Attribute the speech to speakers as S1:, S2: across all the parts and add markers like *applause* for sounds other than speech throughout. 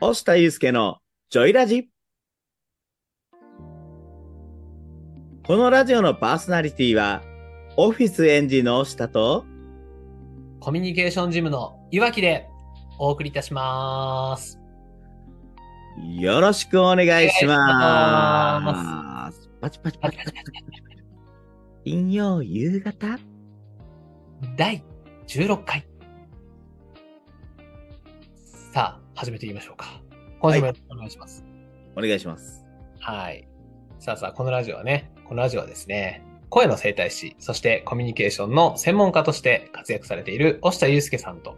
S1: 押田祐介のジョイラジ。このラジオのパーソナリティは、オフィスエンジの押田と、
S2: コミュニケーションジムのいわきでお送りいたします。
S1: よろしくお願いします。パチパチパチパチ。金曜夕方
S2: 第16回。さあ、始めていきましょうか。今週もよろしくお願いします。
S1: お願いします。
S2: はい。さあさあ、このラジオはね、このラジオはですね、声の整体師、そしてコミュニケーションの専門家として活躍されている押田祐介さんと、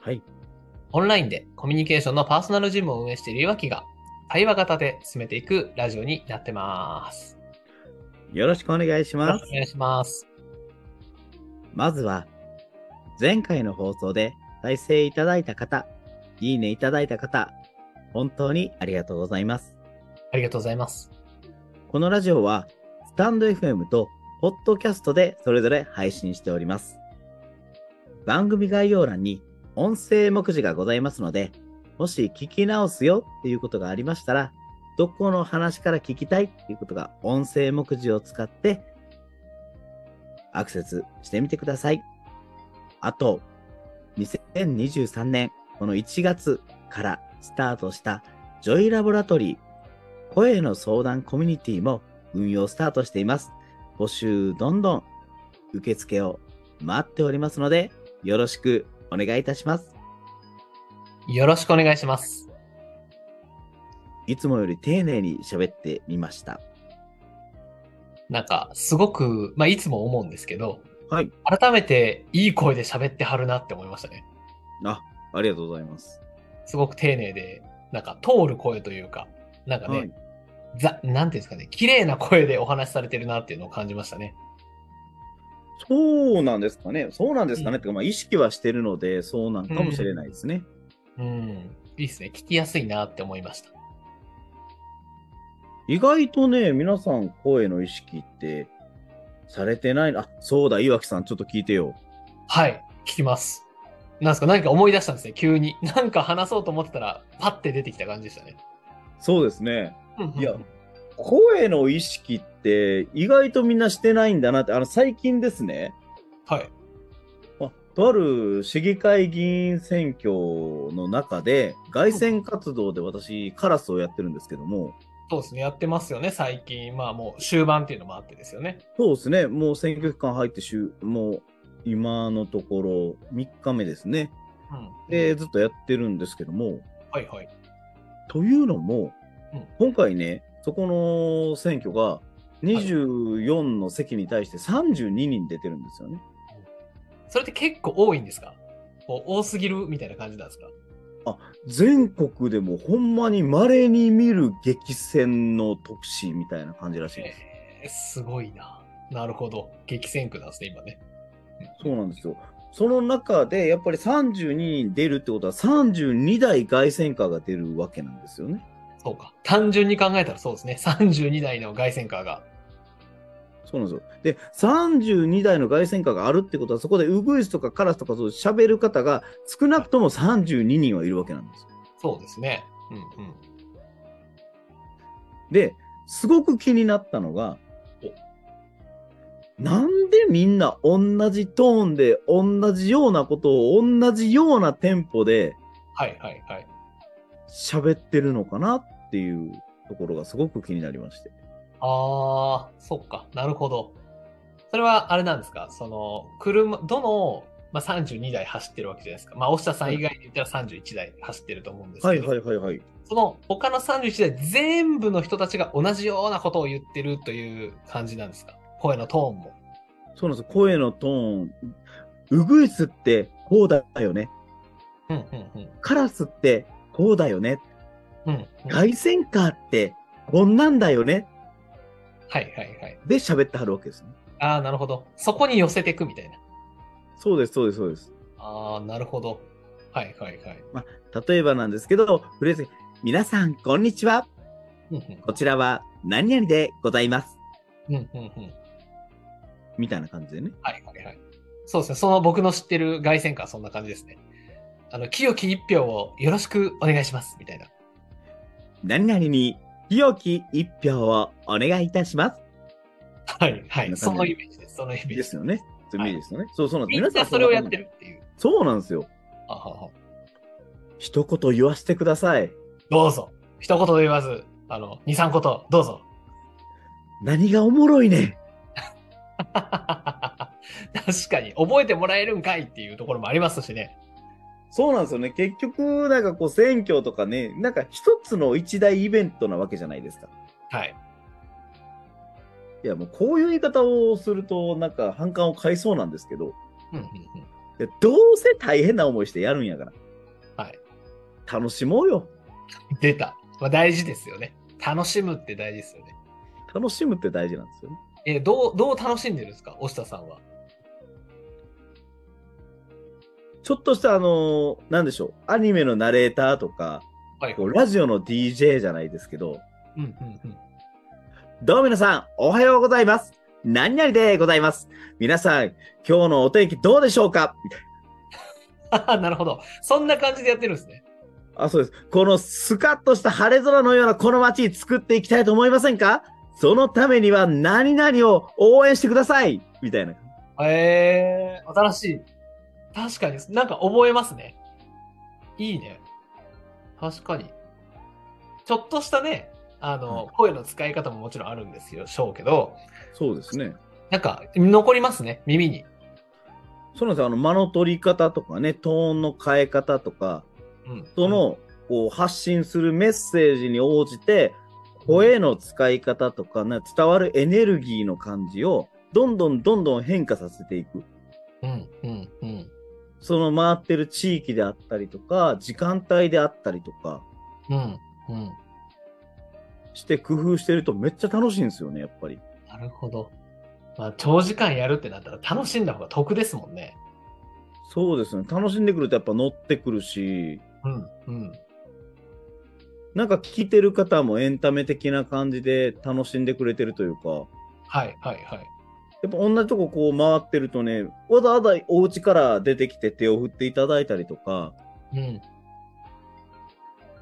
S1: はい。
S2: オンラインでコミュニケーションのパーソナルジムを運営しているいわきが、対話型で進めていくラジオになってます。
S1: よろしくお願いし
S2: よろ
S1: ま
S2: し
S1: す
S2: くお。願いします。
S1: まずは、前回の放送で再生いただいた方、いいねいただいた方、本当にありがとうございます。
S2: ありがとうございます。
S1: このラジオは、スタンド FM と、ポッドキャストでそれぞれ配信しております。番組概要欄に音声目次がございますので、もし聞き直すよっていうことがありましたら、どこの話から聞きたいっていうことが音声目次を使って、アクセスしてみてください。あと、2023年、この1月からスタートしたジョイラボラトリー、声の相談コミュニティも運用スタートしています。募集どんどん受付を待っておりますので、よろしくお願いいたします。
S2: よろしくお願いします。
S1: いつもより丁寧に喋ってみました。
S2: なんか、すごく、まあ、いつも思うんですけど、
S1: はい。
S2: 改めていい声で喋ってはるなって思いましたね。
S1: あ、ありがとうございます。
S2: すごく丁寧で、なんか通る声というか、なんかね、
S1: はい。
S2: ざ、なんていうんですかね、綺麗な声でお話しされてるなっていうのを感じましたね。
S1: そうなんですかね。そうなんですかね。
S2: うん
S1: てか、まあ、意識はしてるので、そうなんかもしれないですね。
S2: うん。いいですね。聞きやすいなって思いました。
S1: 意外とね、皆さん声の意識ってされてない。あ、そうだ、岩木さん、ちょっと聞いてよ。
S2: はい。聞きます。なんですか何か思い出したんですね、急に。なんか話そうと思ってたら、パッて出てきた感じでしたね。
S1: そうですね。
S2: うんうん
S1: いや声の意識って意外とみんなしてないんだなって、あの最近ですね、
S2: はい。
S1: あとある市議会議員選挙の中で、凱旋活動で私、カラスをやってるんですけども、
S2: そうですね。やってますよね、最近。まあもう終盤っていうのもあってですよね。
S1: そうですね、もう選挙期間入って週、もう今のところ3日目ですね、
S2: うん。
S1: でずっとやってるんですけども、
S2: はいはい。
S1: というのも
S2: うん、
S1: 今回ね、そこの選挙が24の席に対して32人出てるんですよね。
S2: それって結構多いんですかこう多すぎるみたいな感じなんですか
S1: 全国でもほんまに稀に見る激戦の特使みたいな感じらしいです。
S2: えーすごいな。なるほど。激戦区なんですね、今ね。
S1: そうなんですよ。その中でやっぱり32人出るってことは32台凱旋カーが出るわけなんですよね。
S2: そうか。単純に考えたらそうですね。32台の凱旋カーが。
S1: そうなんですよ。で、32台の凱旋カーがあるってことはそこでウグイスとかカラスとかそう喋る方が少なくとも32人はいるわけなんですよ。
S2: そうですね。うんうん。
S1: で、すごく気になったのが、なんでみんな同じトーンで、同じようなことを、同じようなテンポで
S2: はいはいはい。
S1: 喋ってるのかなっていうところがすごく気になりまして。
S2: あー、そっか。なるほど。それはあれなんですかその、車、どの、まあ、32台走ってるわけじゃないですか。まあ、押田さん以外で言ったら31台走ってると思うんですけど。
S1: はいはいはいはい。
S2: その他の31代全部の人たちが同じようなことを言ってるという感じなんですか声のトーンも。
S1: そうなんですよ声のトーン。ウグイスってこうだよね。
S2: うんうんうん。
S1: カラスってこうだよね。
S2: うん、はい
S1: 凱旋カーってこんなんだよね。
S2: はいはい。
S1: で喋ってはるわけですね。
S2: ああ、なるほど。そこに寄せていくみたいな。
S1: そうですそうですそうです。
S2: ああ、なるほど。はいはいはい。
S1: 例えばなんですけど、フレーズ、皆さん、こんにちは。
S2: うんう
S1: こちらは、何々でございます。
S2: んうんうんうん。
S1: みたいな感じでね。
S2: はいはいはい。そうですね。その僕の知ってる凱旋感はそんな感じですね。あの、清き一票をよろしくお願いしますみたいな。
S1: 何々に清き一票をお願いいたします。
S2: はい、はい。
S1: そ
S2: そ
S1: んな感じ
S2: のイメージです。そのイメージ
S1: で
S2: ですす。
S1: よね。そういう意味ですよね。そうそうなんです。
S2: みんなそれをやって
S1: る。
S2: るっていう。
S1: そうなんですよ。
S2: あはは
S1: 一言言わせてください。
S2: どうぞ。一言で言わず、あの、二、三言、どうぞ。 *laughs*
S1: 何がおもろいねん。
S2: 確かに、覚えてもらえるんかいっていうところもありますしね。
S1: そうなんですよね。結局、なんかこう選挙とかね、なんか一つの一大イベントなわけじゃないですか。
S2: はい。
S1: いや、もうこういう言い方をすると、なんか反感を買いそうなんですけど、
S2: うんうんうん。
S1: いやどうせ大変な思いしてやるんやから。
S2: はい。
S1: 楽しもうよ。
S2: 出た。まあ、大事ですよね。楽しむって大事ですよね。
S1: 楽しむって大事なんですよね。
S2: え、どう、どう楽しんでるんですか押下さんは。
S1: ちょっとした、あのーなんでしょう、アニメのナレーターとか、
S2: はい。
S1: こうラジオの DJ じゃないですけど、
S2: うんうんうん。
S1: どうも皆さん、おはようございます。何々でございます。皆さん、今日のお天気どうでしょうかみたい
S2: *laughs* なるほど。そんな感じでやってるんですね。
S1: な。あ、そうです。このスカッとした晴れ空のようなこの街作っていきたいと思いませんかそのためには何々を応援してくださいみたいな。
S2: へえー、新しい。確かに、なんか覚えますね。いいね。確かに。ちょっとしたね、あの、声の使い方ももちろんあるんですよ、しょうけど、
S1: そうですね。
S2: なんか、残りますね、耳に。
S1: そうなんですよ。あの、間の取り方とかね、トーンの変え方とか、
S2: うん。
S1: その、こう、発信するメッセージに応じて、声の使い方とか、ね、伝わるエネルギーの感じを、どんどんどんどん変化させていく。
S2: うん、うん、うん。
S1: その回ってる地域であったりとか、時間帯であったりとか、
S2: うん、うん。
S1: して工夫してるとめっちゃ楽しいんですよね、やっぱり。
S2: なるほど。まあ、長時間やるってなったら楽しんだ方が得ですもんね。
S1: そうですね。楽しんでくるとやっぱ乗ってくるし、
S2: うん、うん。
S1: なんか聞いてる方もエンタメ的な感じで楽しんでくれてるというか、
S2: はい、はい、はい。
S1: やっぱ同じとここう回ってるとね、わざわざお家から出てきて手を振っていただいたりとか、
S2: うん。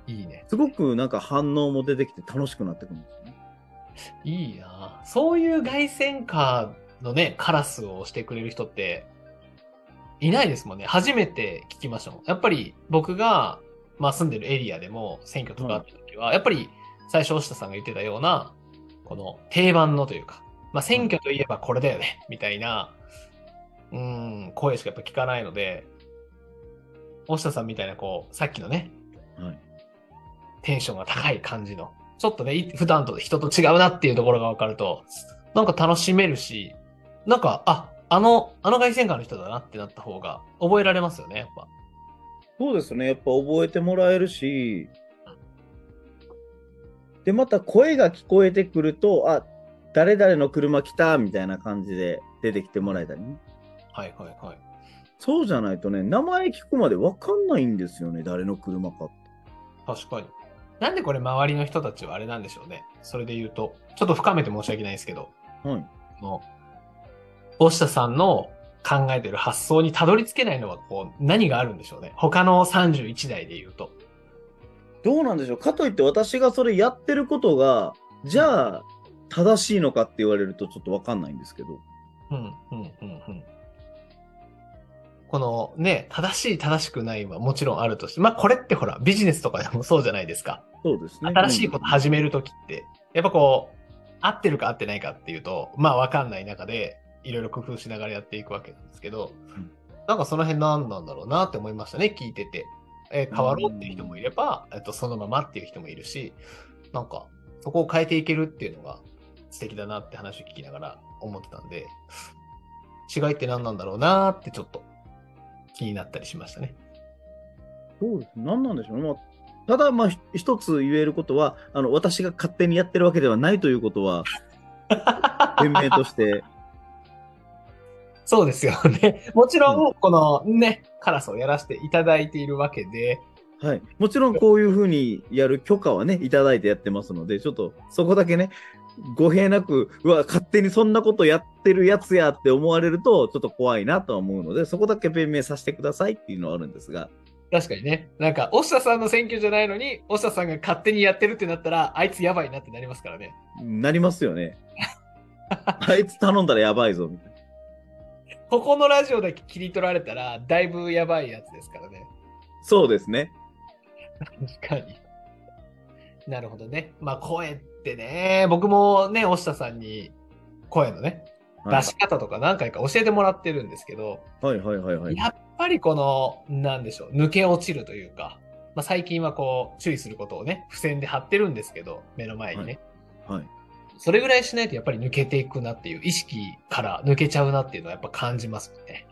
S2: いいね。
S1: すごくなんか反応も出てきて楽しくなってくるんですよね。
S2: いいなぁそういう凱旋カーのね、カラスをしてくれる人って、いないですもんね。初めて聞きましたもん。やっぱり僕が、まあ、住んでるエリアでも選挙とかあった時は、やっぱり最初、押下さんが言ってたような、この定番のというか、まあ、選挙といえばこれだよね、みたいな、うーん、声しかやっぱ聞かないので、押下さんみたいな、こう、さっきのね、
S1: はい。
S2: テンションが高い感じの、ちょっとね、い普段と人と違うなっていうところが分かると、なんか楽しめるし、なんか、あ、あの、あの外線官の人だなってなった方が覚えられますよね、やっぱ。
S1: そうですね。やっぱ覚えてもらえるし、で、また声が聞こえてくると、あ、誰々の車来たみたいな感じで出てきてもらえたりね。
S2: はいはいはい。
S1: そうじゃないとね、名前聞くまでわかんないんですよね、誰の車かって。
S2: 確かに。なんでこれ周りの人たちはあれなんでしょうね。それで言うと、ちょっと深めて申し訳ないですけど、
S1: はい。
S2: この、押下さんの考えてる発想にたどり着けないのは、こう、何があるんでしょうね。他の31代で言うと。
S1: どうなんでしょうかといって私がそれやってることが、じゃあ、正しいのかって言われるとちょっとわかんないんですけど。
S2: うんうんうんうん。このね、正しい正しくないはもちろんあるとして、まあこれってほら、ビジネスとかでもそうじゃないですか。
S1: そうですね。
S2: 新しいこと始めるときって、やっぱこう、合ってるか合ってないかっていうと、まあわかんない中で、いろいろ工夫しながらやっていくわけなんですけど、
S1: ん
S2: なんかその辺何なんだろうなって思いましたね、聞いてて。えー変わろうっていう人もいれば、えっと、そのままっていう人もいるし、なんか、そこを変えていけるっていうのが素敵だなって話を聞きながら思ってたんで、違いって何なんだろうなってちょっと気になったりしましたね。
S1: そうです。何なんでしょうね。まあ、ただ、まあ、ひ一つ言えることは、あの、私が勝手にやってるわけではないということ
S2: *laughs*
S1: は、弁明として、
S2: そうですよね。 *laughs* もちろん、このね、カラスをやらせていただいているわけで、
S1: はい。もちろん、こういうふうにやる許可はね、いただいてやってますので、ちょっと、そこだけね、語弊なく、うわ、勝手にそんなことやってるやつやって思われると、ちょっと怖いなとは思うので、そこだけ弁明させてくださいっていうのはあるんですが、
S2: 確かにね。なんか、押下さんの選挙じゃないのに、押下さんが勝手にやってるってなったら、あいつやばいなってなりますからね。
S1: なりますよね。あいつ頼んだらやばいぞ、みたいな。
S2: ここのラジオだけ切り取られたら、だいぶやばいやつですからね。
S1: そうですね。
S2: 確かに。なるほどね。まあ、声ってね、僕もね、押下さんに声のね、
S1: は
S2: 出
S1: い
S2: し方とか何回か教えてもらってるんですけど、
S1: はいはいはいはい。
S2: やっぱりこの、なんでしょう、抜け落ちるというか、まあ、最近はこう、注意することをね、付箋で貼ってるんですけど、目の前にね。
S1: はい、
S2: それぐらいしないとやっぱり抜けていくなっていう、意識から抜けちゃうなっていうのはやっぱ感じますね。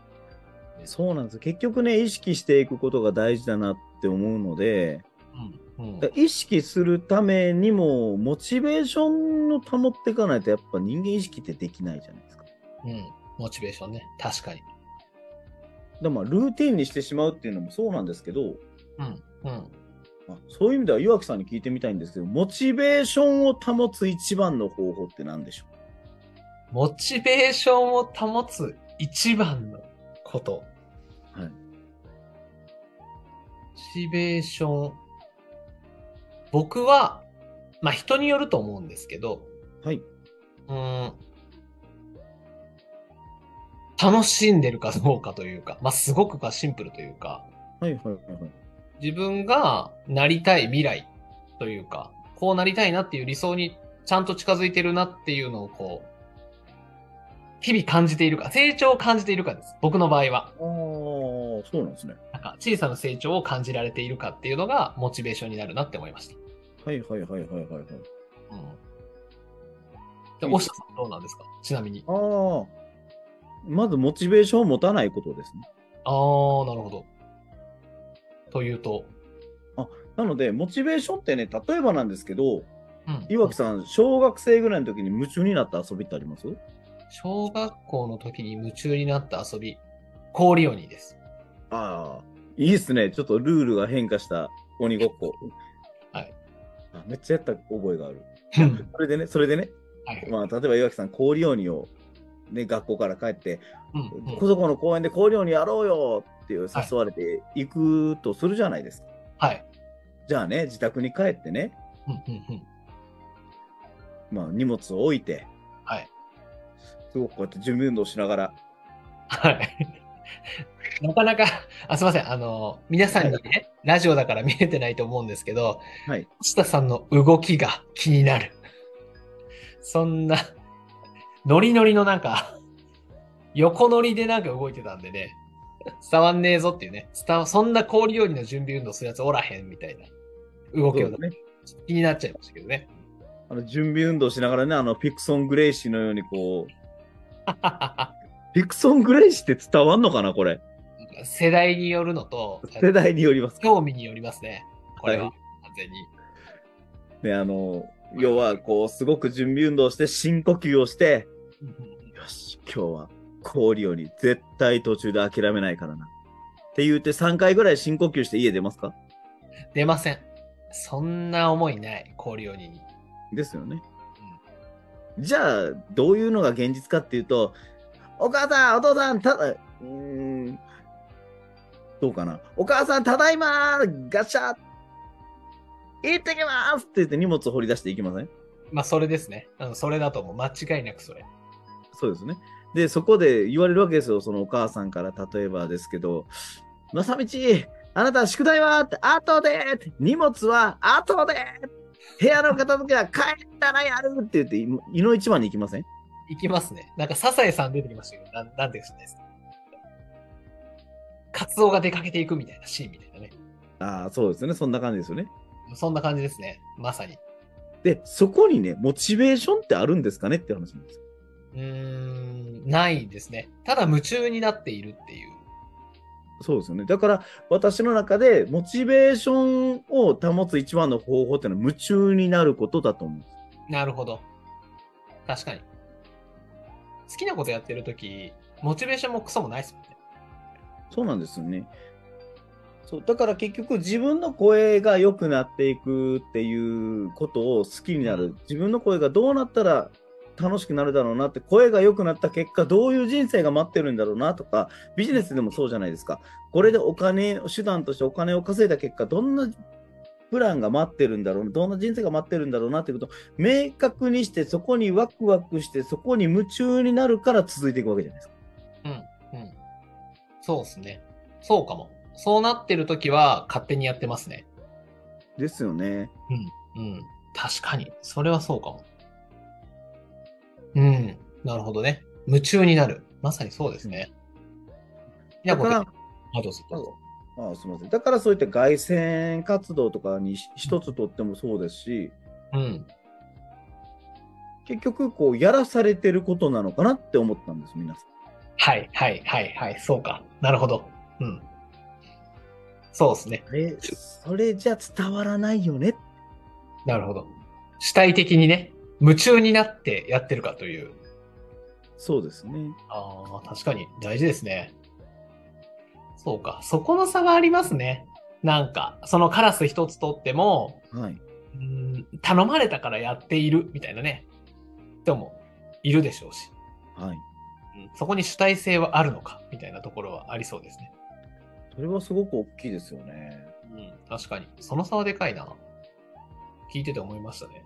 S1: そうなんです。結局ね、意識していくことが大事だなって思うので、
S2: うん。うん
S1: だから意識するためにも、モチベーションを保っていかないと、やっぱ人間意識ってできないじゃないですか。
S2: うん。モチベーションね。確かに。
S1: でまあ、ルーティンにしてしまうっていうのもそうなんですけど、
S2: うん。うん。
S1: まあそういう意味では岩城さんに聞いてみたいんですけど、モチベーションを保つ一番の方法って何でしょ
S2: モチベーションを保つ一番のこと。
S1: はい
S2: モチベーション。僕は、まあ人によると思うんですけど、
S1: うはい。
S2: うーん。楽しんでるかどうかというか、まあすごくまあシンプルというか、
S1: はいはいはいはい。
S2: 自分がなりたい未来というか、こうなりたいなっていう理想にちゃんと近づいてるなっていうのをこう、日々感じているか、成長を感じているかです。僕の場合は。
S1: ああ、そうなんですね。
S2: なんか小さな成長を感じられているかっていうのがモチベーションになるなって思いました。
S1: はいはいはいはいはいはい。
S2: うん。で、押下さんどうなんですかちなみに。あ
S1: ああ、まずモチベーションを持たないことですね。
S2: あー、なるほど。というと。
S1: なので、モチベーションってね、例えばなんですけど、
S2: うん
S1: 岩城さん、小学生ぐらいの時に夢中になった遊びってあります
S2: 小学校の時に夢中になった遊び、氷
S1: *laughs*
S2: 鬼です。
S1: ああ、いいっすね。ちょっとルールが変化した鬼ごっこ。
S2: はい
S1: あ。めっちゃやった覚えがある。
S2: はい
S1: それでね、それでね、
S2: はい。
S1: まあ、例えば岩城さん、氷鬼を、ね、学校から帰って、
S2: うん
S1: ど
S2: う
S1: こ
S2: ん
S1: どこの公園で氷鬼やろうよっていう誘われて行くとするじゃないですか。
S2: はい。
S1: じゃあね、自宅に帰ってね、
S2: うんうんうん
S1: まあ、荷物を置いて、
S2: はい。
S1: すごくこうやって準備運動しながら、
S2: はい。なかなか、あ、すいません。あの、皆さんにね、ラジオだから見えてないと思うんですけど、
S1: はい。
S2: 下さんの動きが気になる。そんな、ノリノリのなんか、横ノリでなんか動いてたんでね、伝わんねえぞっていうね、伝わそんな氷よりの準備運動するやつおらへんみたいな動きを、
S1: そうですね
S2: 気になっちゃいましたけどね。 *laughs*
S1: あの準備運動しながらね、あのピクソン・グレイシーのようにこう、ピクソン・グレイシーって伝わんのかな、これ。
S2: 世代によるのと、
S1: 世代によります。
S2: 興味によりますね。これは、
S1: は
S2: 完全に。
S1: ね、あの、要はこう、すごく準備運動をして、深呼吸をして、よし、今日は氷より絶対途中で諦めないからな。って言って3回ぐらい深呼吸して家出ますか
S2: 出ません。そんな思いない、氷鬼に。
S1: ですよね。じゃあ、どういうのが現実かっていうと、お母さん、お父さん、ただ、うーん、どうかな。お母さん、ただいまーガシャ行ってきますって言って荷物を掘り出していきません
S2: まあ、それですね。うん、それだと思う。間違いなくそれ。
S1: そうですね。で、そこで言われるわけですよ、そのお母さんから、例えばですけど、まさみち、あなた宿題はって、後で荷物は後で部屋の片付けは帰ったらやるって言って、いの一番に行きません
S2: いきますね。なんか、サザエさん出てきましたけど、なんなんていうんですか。カツオが出かけていくみたいなシーンみたいなね。
S1: ああ、そうですね。そんな感じですよね。
S2: そんな感じですね。まさに。
S1: で、そこにね、モチベーションってあるんですかねって話なんです。
S2: うーん、ないですね。ただ夢中になっているっていう。
S1: そうですよね。だから、私の中で、モチベーションを保つ一番の方法っていうのは、夢中になることだと思うんです。
S2: なるほど。確かに。好きなことやってるとき、モチベーションもクソもないですもんね。
S1: そうなんですよね。そうだから結局自分の声が良くなっていくっていうことを好きになる自分の声がどうなったら楽しくなるだろうなって声が良くなった結果どういう人生が待ってるんだろうなとかビジネスでもそうじゃないですかこれでお金手段としてお金を稼いだ結果どんなプランが待ってるんだろうなどんな人生が待ってるんだろうなっていうことを明確にしてそこにワクワクしてそこに夢中になるから続いていくわけじゃないですか。
S2: うん。そうですね。そうかも。そうなってる時は勝手にやってますね。
S1: ですよね。
S2: うん。確かに。それはそうかも。うん。なるほどね。夢中になる。まさにそうですね。いや、
S1: だか
S2: 僕、
S1: ら
S2: あ、どうぞどうぞ。
S1: ああすみません。だからそういった外旋活動とかにし一つとってもそうですし、
S2: うん。
S1: 結局こうやらされてることなのかなって思ったんです皆さん。
S2: はい、はい、はい、はい。そうか。なるほど。うん。そうですね。
S1: えそれじゃ伝わらないよね。
S2: なるほど。主体的にね、夢中になってやってるかという。
S1: そうですね。
S2: ああ、確かに大事ですね。そうか。そこの差はありますね。なんか、そのカラス一つとっても、
S1: はい。
S2: うーん頼まれたからやっているみたいなね、人もいるでしょうし、
S1: はい。
S2: うんそこに主体性はあるのかみたいなところはありそうですね。
S1: それはすごく大きいですよね。
S2: うん、確かに。その差はでかいな。聞いてて思いましたね。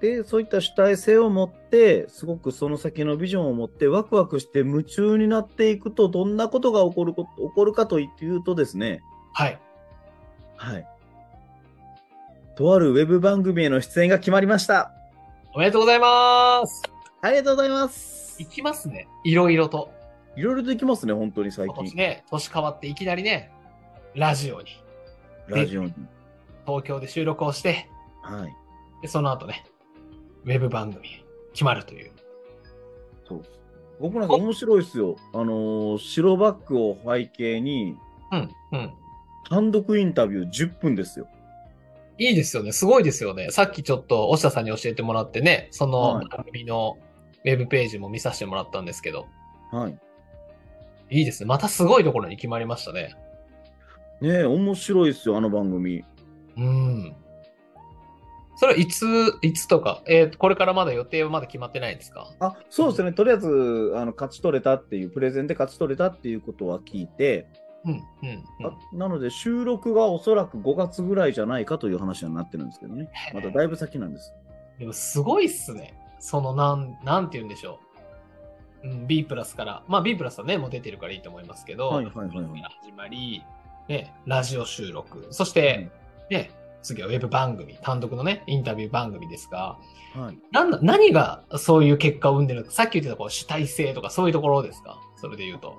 S1: で、そういった主体性を持って、すごくその先のビジョンを持って、ワクワクして夢中になっていくと、どんなことが起こるこ起こるかというとですね、
S2: はい。
S1: はい。とあるウェブ番組への出演が決まりました。
S2: おめでとうございます。
S1: ありがとうございます。
S2: いきますね。いろいろと。
S1: いろいろできますね、本当に最
S2: 今年
S1: 近。
S2: ね、年変わっていきなりね、ラジオに、
S1: ラジオに。
S2: 東京で収録をして、
S1: はい。
S2: で、その後ね、ウェブ番組へ決まるという。
S1: そう。僕なんか面白いですよ。あのー白バッグを背景に、
S2: うん、うん。
S1: 単独インタビュー10分ですよ。
S2: いいですよね。すごいですよね。さっきちょっと、押田さんに教えてもらってね、その
S1: はい
S2: 番組のウェブページも見させてもらったんですけど、
S1: はい。
S2: いいですね。またすごいところに決まりましたね。
S1: ねえ、面白いですよ、あの番組。
S2: うん。それはいつ、いつとか、えーこれからまだ予定はまだ決まってないんですか
S1: あそうですね、とりあえずあの勝ち取れたっていう、プレゼンで勝ち取れたっていうことは聞いて、
S2: うん、うん、う
S1: あ
S2: ん。
S1: なので収録がおそらく5月ぐらいじゃないかという話になってるんですけどね、まだだいぶ先なんです。
S2: でもすごいっすね。その、なん、なんて言うんでしょう。うん、B プラスから、まあ B プラスはね、もう出てるからいいと思いますけど、
S1: はいはいはいはい
S2: 始まり、ね、ラジオ収録、そして、ね、次はウェブ番組、単独のね、インタビュー番組ですが、
S1: はい、
S2: なんだ何がそういう結果を生んでるのか、さっき言ってたこう主体性とかそういうところですかそれで言うと。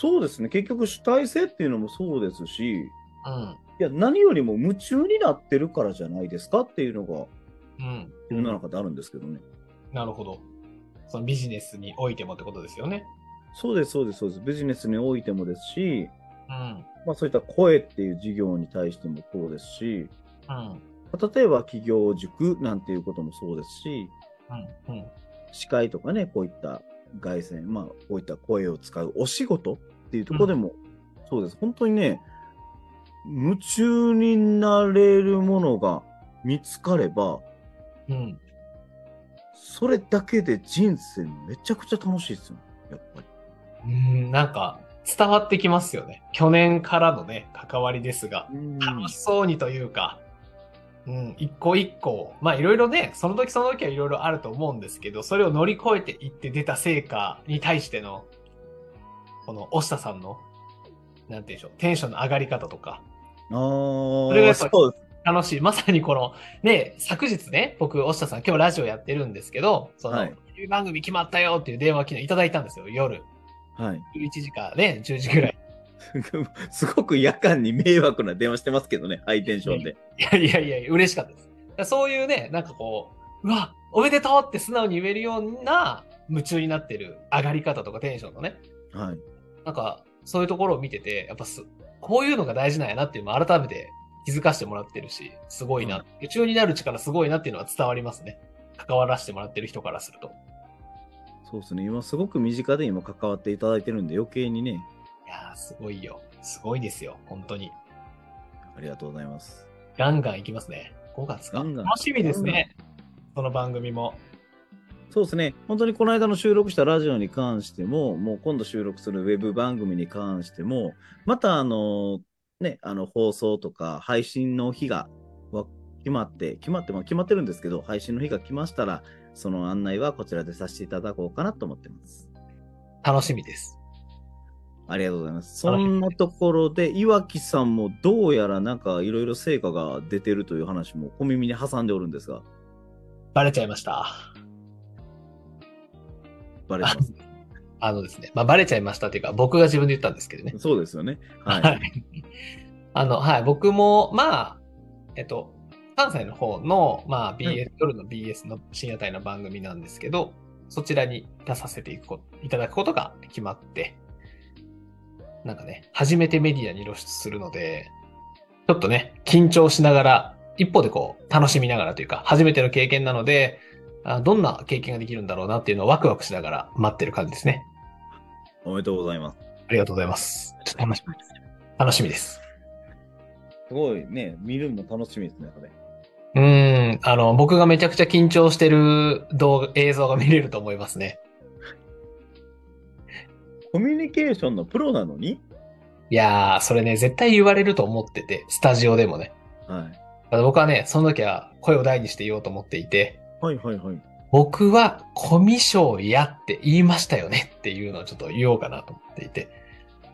S1: そうですね、結局主体性っていうのもそうですし、
S2: うん。
S1: いや何よりも夢中になってるからじゃないですかっていうのが
S2: うん。
S1: 世の中であるんですけどね。
S2: なるほど。そのビジネスにおいてもってことですよね。
S1: そうです、そうです、そうです。ビジネスにおいてもですし、
S2: うん。
S1: まあ、そういった声っていう事業に対してもそうですし、
S2: うん。
S1: 例えば企業塾なんていうこともそうですし、
S2: うん。うん。
S1: 司会とかね、こういった外旋、まあ、こういった声を使うお仕事っていうところでも、そうです。本当にね、夢中になれるものが見つかれば、
S2: うん。
S1: それだけで人生めちゃくちゃ楽しいですよ、やっぱり。
S2: うん、なんか伝わってきますよね。去年からのね、関わりですが、楽しそうにというか、うん、一個一個、まあいろいろね、その時その時はいろいろあると思うんですけど、それを乗り越えていって出た成果に対しての、この押田さんの、なんていうんでしょう、テンションの上がり方とか、
S1: ああ
S2: それがや
S1: ー、
S2: っぱり
S1: そうです。
S2: 楽しい。まさにこの、ね、昨日ね、僕、押田さん、今日ラジオやってるんですけど、その、
S1: は
S2: はいいう番組決まったよっていう電話昨日いただいたんですよ、夜。
S1: はい。 *laughs*
S2: 11時かね、10時ぐらい。
S1: すごく夜間に迷惑な電話してますけどね、ハイテンションで。
S2: い *laughs* やいやいやいや、嬉しかったです。だからそういうね、なんかこう、うわ、おめでとうって素直に言えるような夢中になってる上がり方とかテンションのね、
S1: はい。
S2: なんかそういうところを見てて、やっぱす、こういうのが大事なんやなっていうのも改めて気づかせてもらってるし、すごいな、
S1: うん
S2: 夢中になる力すごいなっていうのは伝わりますね。関わらせてもらってる人からすると。
S1: そうですね、今すごく身近で今関わっていただいてるんで、余計にね、
S2: いやー、すごいよ。すごいですよ、本当に。
S1: ありがとうございます。
S2: ガンガンいきますね。5月か。
S1: ガンガン
S2: 楽しみですね。その番組も。
S1: そうですね。本当にこの間の収録したラジオに関しても、もう今度収録するウェブ番組に関しても、またあの、ね、あの放送とか配信の日がわ決まって、決まって、まあ決まってるんですけど、配信の日が来ましたら、その案内はこちらでさせていただこうかなと思ってます。
S2: 楽しみです。
S1: ありがとうございます。そんなところで、岩木さんもどうやらなんかいろいろ成果が出てるという話も小耳に挟んでおるんですが、
S2: バレちゃいました。
S1: バレてます。 *laughs*
S2: あのですね、まあ、バレちゃいましたっていうか、僕が自分で言ったんですけどね。
S1: そうですよね。はい。
S2: はい。 *laughs* あの、はい、僕も、まあ、えっと、関西の方の、まあ、
S1: は
S2: BS、夜の BS の深夜帯の番組なんですけど、そちらに出させていくこいただくことが決まって、なんかね、初めてメディアに露出するので、ちょっとね、緊張しながら、一方でこう、楽しみながらというか、初めての経験なので、あどんな経験ができるんだろうなっていうのをワクワクしながら待ってる感じですね。
S1: おめでとうございます。
S2: ありがとうございます。ちょっと楽しみです。楽しみです。
S1: すごいね、見るの楽しみですね、これ。
S2: うーん、あの、僕がめちゃくちゃ緊張してる動画、映像が見れると思いますね。
S1: コミュニケーションのプロなのに、
S2: いやー、それね、絶対言われると思ってて、スタジオでもね。
S1: はい、
S2: ただ僕はね、その時は声を大にして言おうと思っていて、
S1: はいはいはい。
S2: 僕はコミショやって言いましたよねっていうのをちょっと言おうかなと思っていて、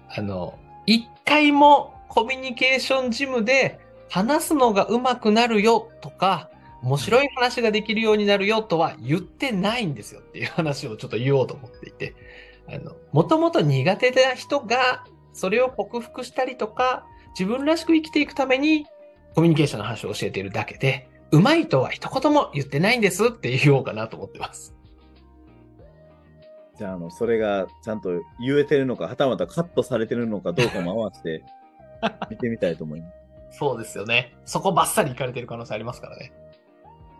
S2: あの、一回もコミュニケーションジムで話すのが上手くなるよとか、面白い話ができるようになるよとは言ってないんですよっていう話をちょっと言おうと思っていて、あの、もともと苦手な人がそれを克服したりとか、自分らしく生きていくためにコミュニケーションの話を教えているだけで、うまいとは一言も言ってないんですって言おうかなと思ってます。
S1: じゃあ、あの、それがちゃんと言えてるのか、はたまたカットされてるのかどうかも合わせて、 *laughs* 見てみたいと思います。
S2: そうですよね。そこばっさり行かれてる可能性ありますからね。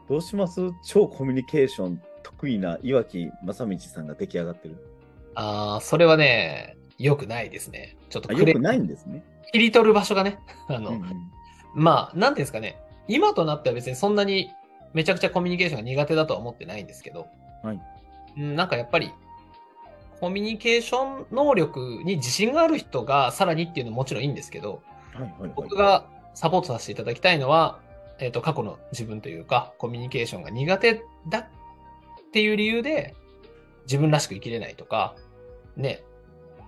S1: どうします超コミュニケーション得意な岩木正道さんが出来上がってる。
S2: ああ、それはね、良くないですね。ちょっと
S1: あ、
S2: く
S1: よ
S2: れ
S1: くないんですね。
S2: 切り取る場所がね、 *laughs* あ
S1: う
S2: の、
S1: んうん
S2: まあ、なんていうんですかね、今となっては別にそんなにめちゃくちゃコミュニケーションが苦手だとは思ってないんですけど、
S1: はい
S2: うん、なんかやっぱり、コミュニケーション能力に自信がある人がさらにっていうのももちろんいいんですけど、
S1: はいはいはい。
S2: 僕がサポートさせていただきたいのは、えっ、と、過去の自分というか、コミュニケーションが苦手だっていう理由で、自分らしく生きれないとか、ね、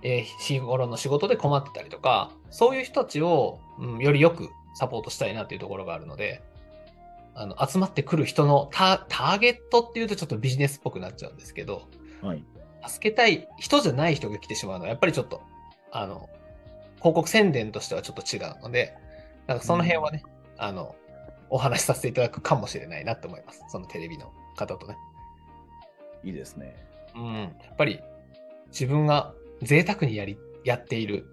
S2: えー日頃の仕事で困ってたりとか、そういう人たちを、うん、よりよくサポートしたいなっていうところがあるので、あの、集まってくる人のタターゲットっていうとちょっとビジネスっぽくなっちゃうんですけど、
S1: はい。
S2: 助けたい人じゃない人が来てしまうのは、やっぱりちょっと、あの、広告宣伝としてはちょっと違うので、なんかその辺はね、あの、お話しさせていただくかもしれないなと思います。そのテレビの方とね。
S1: いいですね。
S2: うん。やっぱり、自分が贅沢にやり、やっている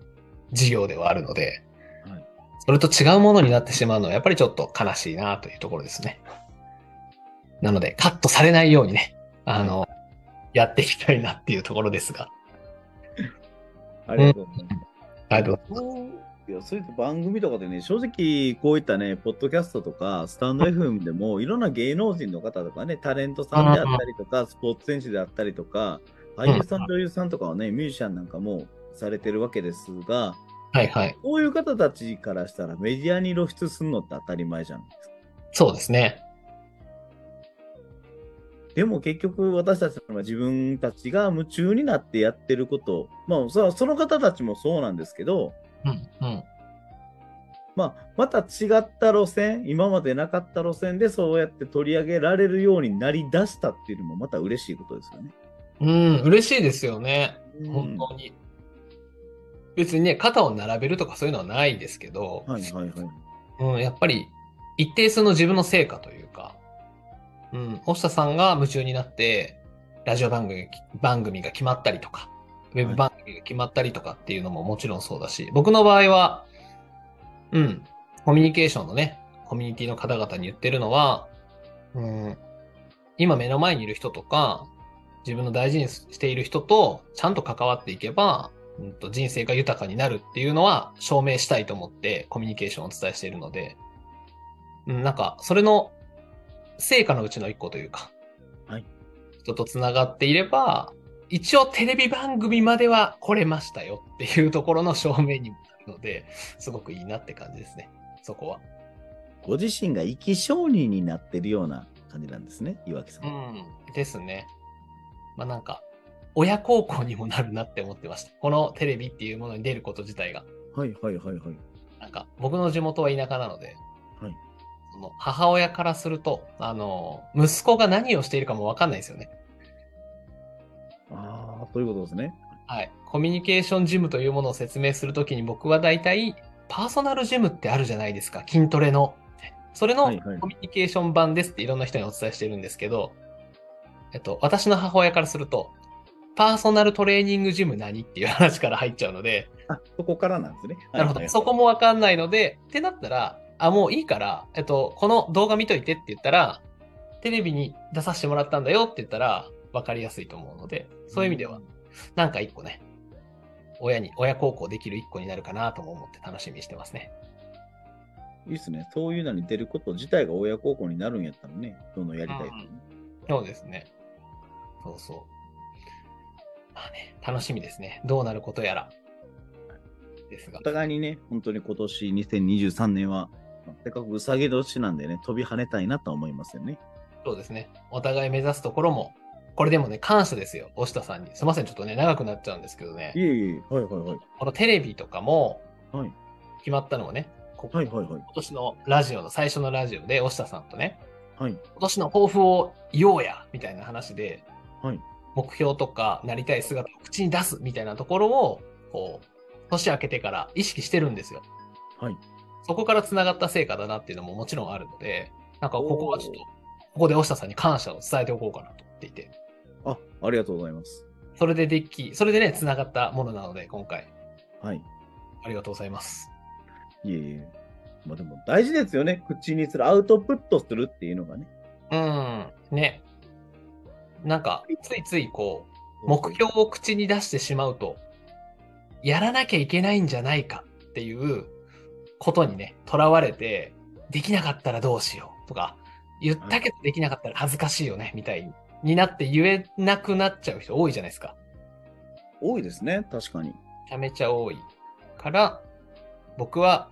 S2: 事業ではあるので、
S1: はい
S2: それと違うものになってしまうのは、やっぱりちょっと悲しいなというところですね。なので、カットされないようにね、あの、やっていきたいなっていうところですが。
S1: ありがとうございます。
S2: ありがとうございま
S1: い
S2: す
S1: やそういった番組とかでね、正直こういったね、ポッドキャストとか、スタンド FM でも、いろんな芸能人の方とかね、タレントさんであったりとか、スポーツ選手であったりとか、俳優さん、女優さんとかはね、ミュージシャンなんかもされてるわけですが、
S2: はいはい。
S1: こういう方たちからしたらメディアに露出するのって当たり前じゃないですか。
S2: そうですね。
S1: でも結局私たちは自分たちが夢中になってやってること、まあそれはその方たちもそうなんですけど、
S2: うん、うん。
S1: まあ、また違った路線、今までなかった路線でそうやって取り上げられるようになりだしたっていうのもまた嬉しいことですよね。
S2: うん、嬉しいですよね。本当に。別にね、肩を並べるとかそういうのはないですけど、
S1: はいはいはい。
S2: うん、やっぱり一定数の自分の成果というか、うん、押下さんが夢中になって、ラジオ番組番組が決まったりとか、ウェブ番組が決まったりとかっていうのももちろんそうだし、僕の場合は、うん、コミュニケーションのね、コミュニティの方々に言ってるのは、うん、今目の前にいる人とか、自分の大事にしている人とちゃんと関わっていけば、うん、と人生が豊かになるっていうのは証明したいと思ってコミュニケーションをお伝えしているので、うん、なんかそれの成果のうちの一個というか、
S1: はい、
S2: 人とつながっていれば、一応テレビ番組までは来れましたよっていうところの証明にもなるので、すごくいいなって感じですね。そこは。
S1: ご自身が生き証人になってるような感じなんですね、岩木さん。
S2: うん。ですね。まあなんか、親孝行にもなるなって思ってました。このテレビっていうものに出ること自体が。
S1: はいはいはいはい。
S2: なんか、僕の地元は田舎なので、
S1: はい
S2: その母親からすると、あの、息子が何をしているかもわかんないですよね。
S1: ああ、ということですね。
S2: はい。コミュニケーションジムというものを説明するときに僕は大体、パーソナルジムってあるじゃないですか、筋トレの。それの
S1: はいはい
S2: コミュニケーション版ですっていろんな人にお伝えしてるんですけど、えっと、私の母親からすると、パーソナルトレーニングジム何っていう話から入っちゃうので、
S1: あ、そこからなんですね。
S2: なるほ
S1: はいはいは
S2: ど。
S1: い
S2: そこもわかんないので、ってなったら、あ、もういいから、えっと、この動画見といてって言ったら、テレビに出させてもらったんだよって言ったら、わかりやすいと思うので、そういう意味では、。なんか一個ね、親に、親孝行できる一個になるかなとも思って楽しみにしてますね。
S1: いいっすね。そういうのに出ること自体が親孝行になるんやったらね、どんどんやりたいですね、
S2: そうですね。そうそう。まあね、楽しみですね。どうなることやら。ですが
S1: お。互いにね、本当に今年2023年は、まあせっかくうさぎ年なんでね、飛び跳ねたいなとは思いますよね。
S2: そうですね。お互い目指すところも、これでもね、感謝ですよ。押田さんに。すいません、ちょっとね、長くなっちゃうんですけどね
S1: い。えいえ、はいはいはい。
S2: このテレビとかも
S1: はい、
S2: 決まったのもね、こ
S1: はいはいはい
S2: 今年のラジオの、最初のラジオで、押田さんとね、
S1: はい。
S2: 今年の抱負を言おうや、みたいな話で、
S1: はい
S2: 目標とか、なりたい姿を口に出す、みたいなところを、こう、年明けてから意識してるんですよ。
S1: はい。
S2: そこから繋がった成果だなっていうのももちろんあるので、なんかここはちょっと、ここで押田さんに感謝を伝えておこうかなと思っていて、
S1: あ、ありがとうございます。
S2: それででき、それでね、繋がったものなので、今回、
S1: はい。
S2: ありがとうございます。
S1: いえいえ。まあでも大事ですよね。口にする、アウトプットするっていうのがね。
S2: うん、ね。なんか、ついついこう、目標を口に出してしまうと、やらなきゃいけないんじゃないかっていうことにね、とらわれて、できなかったらどうしようとか、言ったけどできなかったら恥ずかしいよね、みたいになって言えなくなっちゃう人多いじゃないですか。
S1: 多いですね、確かに。
S2: めちゃめちゃ多いから、僕は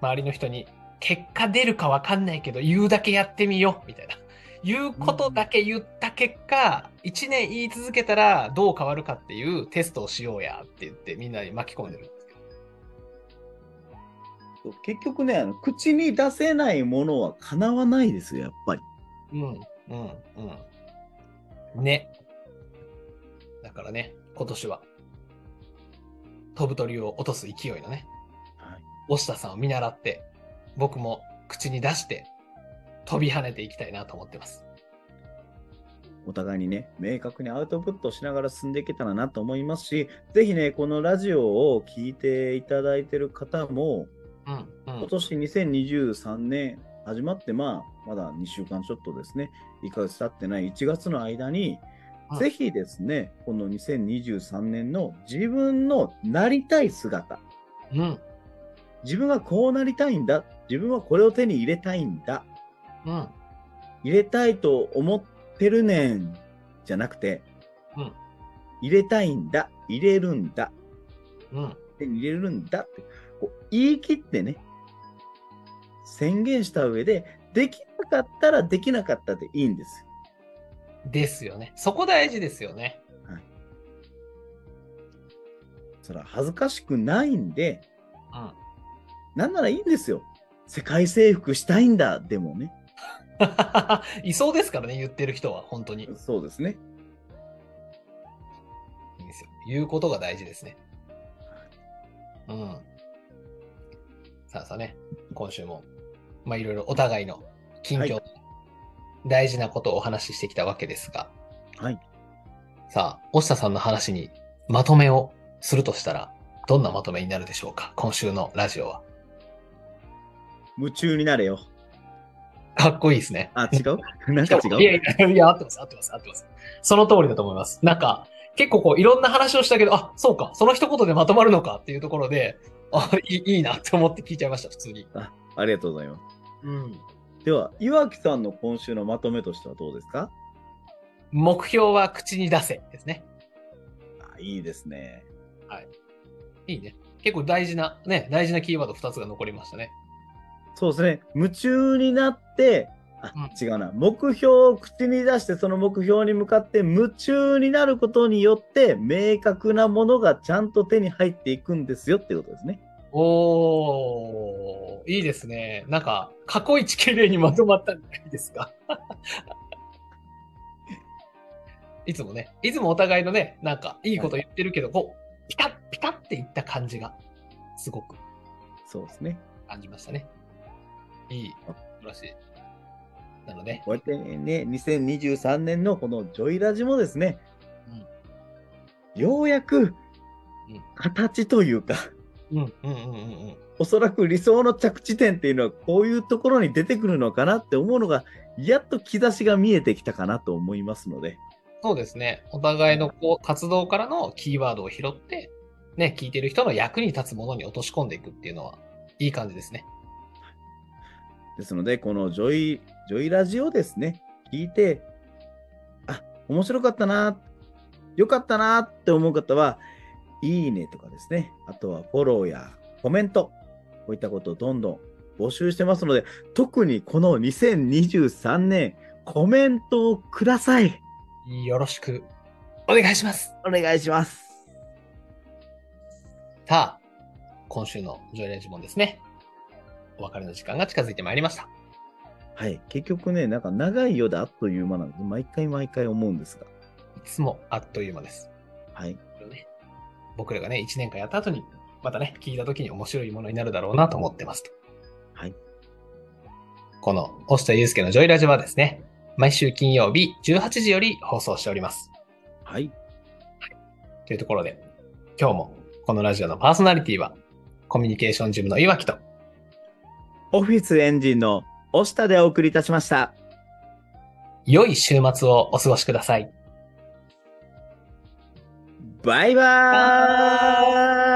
S2: 周りの人に結果出るかわかんないけど言うだけやってみようみたいな。 *laughs* 言うことだけ言った結果、一年言い続けたらどう変わるかっていうテストをしようやって言ってみんなに巻き込んでるんですけど。
S1: 結局ね、あの口に出せないものは叶わないですよ、やっぱり。
S2: うん、うん、うん。ね。だからね、今年は飛ぶ鳥を落とす勢いのね、
S1: はい。
S2: 押田さんを見習って、僕も口に出して、飛び跳ねていきたいなと思ってます。
S1: お互いにね、明確にアウトプットしながら進んでいけたらなと思いますし、ぜひね、このラジオを聞いていただいている方も、
S2: うん、うん
S1: 今年2023年始まって、まあ、まだ2週間ちょっとですね、1ヶ月経ってない1月の間に
S2: は、い
S1: ぜひですね、この2023年の自分のなりたい姿、
S2: うん、
S1: 自分はこうなりたいんだ、自分はこれを手に入れたいんだ、
S2: うん、
S1: 入れたいと思ってるねんじゃなくて、
S2: うん
S1: 入れたいんだ、入れるんだ、
S2: うん、
S1: 手に入れるんだって、こう言い切ってね、宣言した上で、できなかったらできなかったでいいんですよ。
S2: ですよね。そこ大事ですよね。
S1: そら恥ずかしくないんで、
S2: うん。 *laughs*
S1: なんならいいんですよ。世界征服したいんだ、でもね。
S2: いそうですからね、言ってる人は、本当に。い
S1: そうですね。
S2: いんですよ。言うことが大事ですね。うん。さあさあね、今週も、まあいろいろお互いの近況、
S1: は
S2: 大事なことをお話ししてきたわけですが、
S1: はい。
S2: さあ、押田さんの話にまとめをするとしたら、どんなまとめになるでしょうか今週のラジオは。
S1: 夢中になれよ。
S2: かっこいいですね。
S1: あ、違
S2: *laughs*
S1: うなんか違う
S2: いやいやいや、合ってます、合ってます、合ってます。その通りだと思います。なんか、結構こう、いろんな話をしたけど、あ、そうか、その一言でまとまるのかっていうところで、あ、いいいいなって思って聞いちゃいました、普通に。
S1: あありがとうございま
S2: うん。
S1: す。では、岩木さんの今週のまとめとしてはどうですか
S2: 目標は口に出せですね。
S1: あいいですね。
S2: いいね。結構大事な、ね、大事なキーワード2つが残りましたね。
S1: そうですね。夢中になって、あ、
S2: うん
S1: 違うな。目標を口に出して、その目標に向かって夢中になることによって、明確なものがちゃんと手に入っていくんですよっていうことですね。
S2: おー、いいですね。なんか、過去一綺麗にまとまったんじゃないですか。 *laughs* いつもね、いつもお互いのね、なんか、いいこと言ってるけど、こう、ピタッ、ピタッっていった感じが、すごく
S1: そうですね。
S2: 感じましたね。いい、素晴らしい。なので、
S1: こうやってね、2023年のこのジョイラジもですね、ようやく
S2: うん、
S1: 形というか、
S2: うん、うん、うん、うんうん。
S1: おそらく理想の着地点っていうのはこういうところに出てくるのかなって思うのが、やっと兆しが見えてきたかなと思いますので、
S2: そうですね。お互いのこう活動からのキーワードを拾って、ね、聞いてる人の役に立つものに落とし込んでいくっていうのは、いい感じですね。
S1: ですので、このジョイ、ジョイラジオですね、聞いて、あ、面白かったな、良かったなって思う方は、いいねとかですね、あとはフォローやコメント、こういったことをどんどん募集してますので、特にこの2023年、コメントをください。
S2: よろしくお願いします。
S1: お願いします。
S2: さあ、今週のジョイレンジモンですね。お別れの時間が近づいてまいりました。
S1: はい、結局ね、なんか長いようであっという間なんで、毎回毎回思うんですが、
S2: いつもあっという間です。
S1: はい、
S2: これをね僕らがね、1年間やった後に、またね、聞いた時に面白いものになるだろうなと思ってますと。
S1: はい。
S2: この、押下祐介のジョイラジはですね、毎週金曜日18時より放送しております。
S1: はい、
S2: というところで、今日もこのラジオのパーソナリティは、コミュニケーションジムの岩木と、
S1: オフィスエンジンの押下でお送りいたしました。
S2: 良い週末をお過ごしください。
S1: バイバーイ